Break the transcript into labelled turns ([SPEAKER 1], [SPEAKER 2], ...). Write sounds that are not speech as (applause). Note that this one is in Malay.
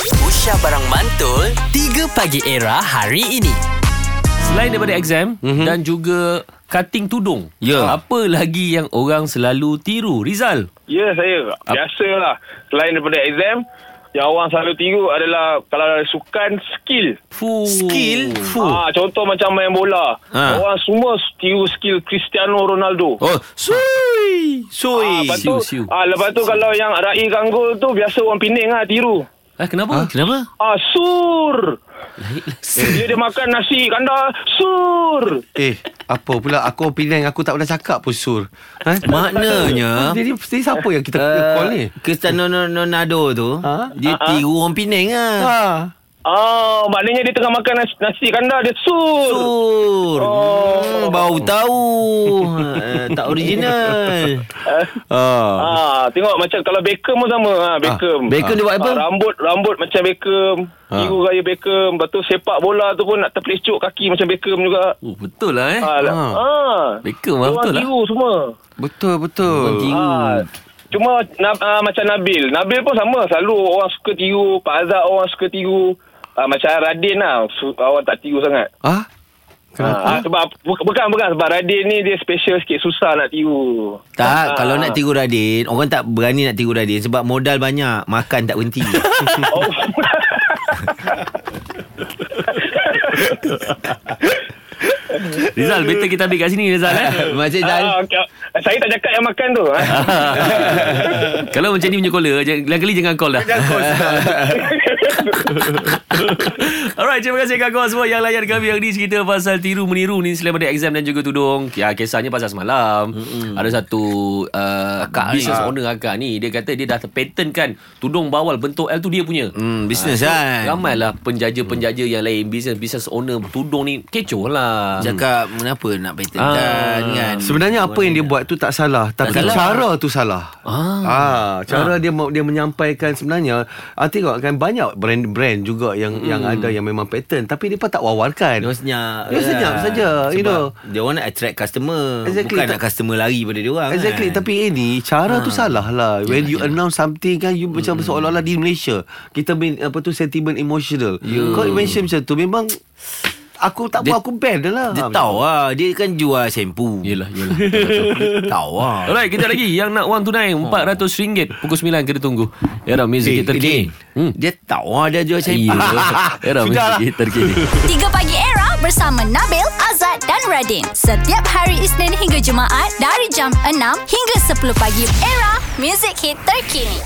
[SPEAKER 1] Aisyah Barang Mantul 3 Pagi Era hari ini
[SPEAKER 2] Selain daripada exam mm-hmm. dan juga cutting tudung.
[SPEAKER 3] Ya.
[SPEAKER 2] Apa lagi yang orang selalu tiru? Rizal.
[SPEAKER 4] Ya saya Biasalah Selain daripada exam Yang orang selalu tiru adalah Kalau ada sukan skill
[SPEAKER 2] Fu.
[SPEAKER 3] Skill?
[SPEAKER 2] Fu.
[SPEAKER 4] Ah, Contoh macam main bola
[SPEAKER 3] Ha.
[SPEAKER 4] ha. Orang semua tiru skill Cristiano Ronaldo
[SPEAKER 3] Oh, sui.
[SPEAKER 4] Ah,
[SPEAKER 3] Sui.
[SPEAKER 4] lepas tu,
[SPEAKER 2] siu, siu.
[SPEAKER 4] Ah, lepas tu kalau yang raikan gol tu Biasa orang Penang lah tiru
[SPEAKER 2] Ah, kenapa? Kenapa?
[SPEAKER 4] Ah, sur Dia dia makan nasi kandar Sur
[SPEAKER 5] Eh, apa pula aku Penang aku tak pernah cakap pun sur. Ha?
[SPEAKER 3] Maknanya
[SPEAKER 5] (laughs) Jadi, jadi siapa yang kita uh, call ni?
[SPEAKER 3] uh, Cristiano Ronaldo tu
[SPEAKER 5] Ha?
[SPEAKER 3] Dia tiru orang Penang lah
[SPEAKER 5] Ha.
[SPEAKER 4] Ah, Maknanya dia tengah makan nasi, nasi kandar Dia sur
[SPEAKER 3] Sur
[SPEAKER 4] Oh.
[SPEAKER 3] hmm, Bau
[SPEAKER 5] (laughs)
[SPEAKER 3] tahu uh, Tak original
[SPEAKER 5] Ah.
[SPEAKER 4] Ah, Tengok macam kalau Beckham pun sama ah, Beckham
[SPEAKER 3] Bacon dia buat apa?
[SPEAKER 4] Ah, rambut rambut macam Beckham, ha. tiru gaya Beckham, lepas tu sepak bola tu pun nak terpelecuk kaki macam Beckham juga.
[SPEAKER 2] Oh, betul lah eh.
[SPEAKER 4] Ha.
[SPEAKER 2] Ah.
[SPEAKER 4] Ha.
[SPEAKER 5] Ah.
[SPEAKER 4] ha.
[SPEAKER 2] Beckham lah,
[SPEAKER 4] Dia orang
[SPEAKER 2] betul lah.
[SPEAKER 4] tiru semua.
[SPEAKER 5] Betul betul.
[SPEAKER 2] Tiru.
[SPEAKER 4] Ha. Cuma na, ha, macam Nabil. Nabil pun sama, selalu orang suka tiru, Pak Azhar orang suka tiru. Ha, macam Radin lah, su- orang tak tiru sangat.
[SPEAKER 5] Ah.
[SPEAKER 4] Ha,
[SPEAKER 5] Kenapa?
[SPEAKER 4] sebab bu- bukan bukan sebab Radin ni dia special sikit susah nak tiru. Ah.
[SPEAKER 3] Tak, kalau nak tiru Radin Orang tak berani nak tiru Radin Sebab modal banyak Makan tak
[SPEAKER 5] (laughs)
[SPEAKER 3] berhenti
[SPEAKER 4] Oh.
[SPEAKER 2] Rizal, better kita ambil kat sini Rizal (laughs) eh.
[SPEAKER 3] Macam Zal
[SPEAKER 4] Ah, okay. Saya tak cakap yang makan tu. Ha?
[SPEAKER 2] Kalau macam ni punya caller, j- lain kali jangan call dah. (laughs) Alright, terima kasih kawan-kawan semua yang layan kami hari ni cerita pasal tiru meniru ni selain daripada exam dan juga tudung. Ya, kisahnya pasal semalam. Mm-hmm. Ada satu uh, akak business ni. owner akak ni, dia kata dia dah terpatentkan tudung bawal bentuk L tu dia punya.
[SPEAKER 3] Hmm, business
[SPEAKER 2] Ah, so,
[SPEAKER 3] kan
[SPEAKER 2] Ramai lah penjaja-penjaja yang lain business business owner tudung ni kecoh lah.
[SPEAKER 3] Cakap kenapa nak patentkan
[SPEAKER 2] Ah.
[SPEAKER 3] kan
[SPEAKER 5] Sebenarnya apa yang dia buat tu tak salah tapi
[SPEAKER 2] salah.
[SPEAKER 5] tak cara tu salah.
[SPEAKER 2] Ah.
[SPEAKER 5] ah cara dia mau- dia menyampaikan sebenarnya ah, tengok kan banyak brand-brand juga yang yang ada yang memang pattern tapi depa tak wawarkan.
[SPEAKER 3] Dia orang senyap Kan?
[SPEAKER 5] Dia senyap saja, you
[SPEAKER 3] Sebab
[SPEAKER 5] know.
[SPEAKER 3] Dia orang nak attract customer
[SPEAKER 5] Exactly.
[SPEAKER 3] Bukan
[SPEAKER 5] Tak-
[SPEAKER 3] nak customer lari pada dia orang
[SPEAKER 5] Exactly
[SPEAKER 3] kan.
[SPEAKER 5] Tapi ini Cara tu salah lah When you announce something kan You macam seolah-olah di Malaysia Kita main Apa tu Sentiment emotional Kau mention macam tu Memang Aku tak
[SPEAKER 3] Dia-
[SPEAKER 5] apa Aku ban dia lah
[SPEAKER 3] Dia tahu lah Dia kan jual shampoo
[SPEAKER 2] Yelah, yelah.
[SPEAKER 3] Dia (laughs) tahu lah
[SPEAKER 2] Alright, kita lagi yang nak wang tunai RM400 pukul 9 kita tunggu. Era
[SPEAKER 3] Eh,
[SPEAKER 2] muzik kita terkini. Hmm.
[SPEAKER 3] Dia tahu lah dia jual (laughs) shampoo lah.
[SPEAKER 2] Ya, era
[SPEAKER 3] Sudahlah.
[SPEAKER 2] muzik kita terkini.
[SPEAKER 6] 3 Pagi Era bersama Nabil, Azad dan Radin. Setiap hari Isnin hingga Jumaat dari jam 6 hingga 10 pagi. Era, music hit terkini.